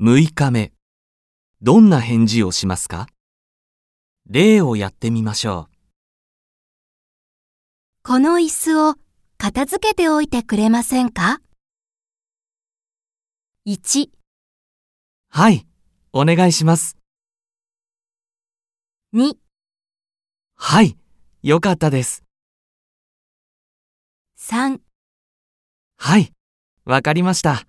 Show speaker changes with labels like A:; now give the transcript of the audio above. A: 6日目、どんな返事をしますか例をやってみましょ
B: この椅子を片付けておいてくれませんか ?1、
A: う。はい、お願いします。
B: 2、
A: はい、よかったです。
B: 3
A: はい、わかりました。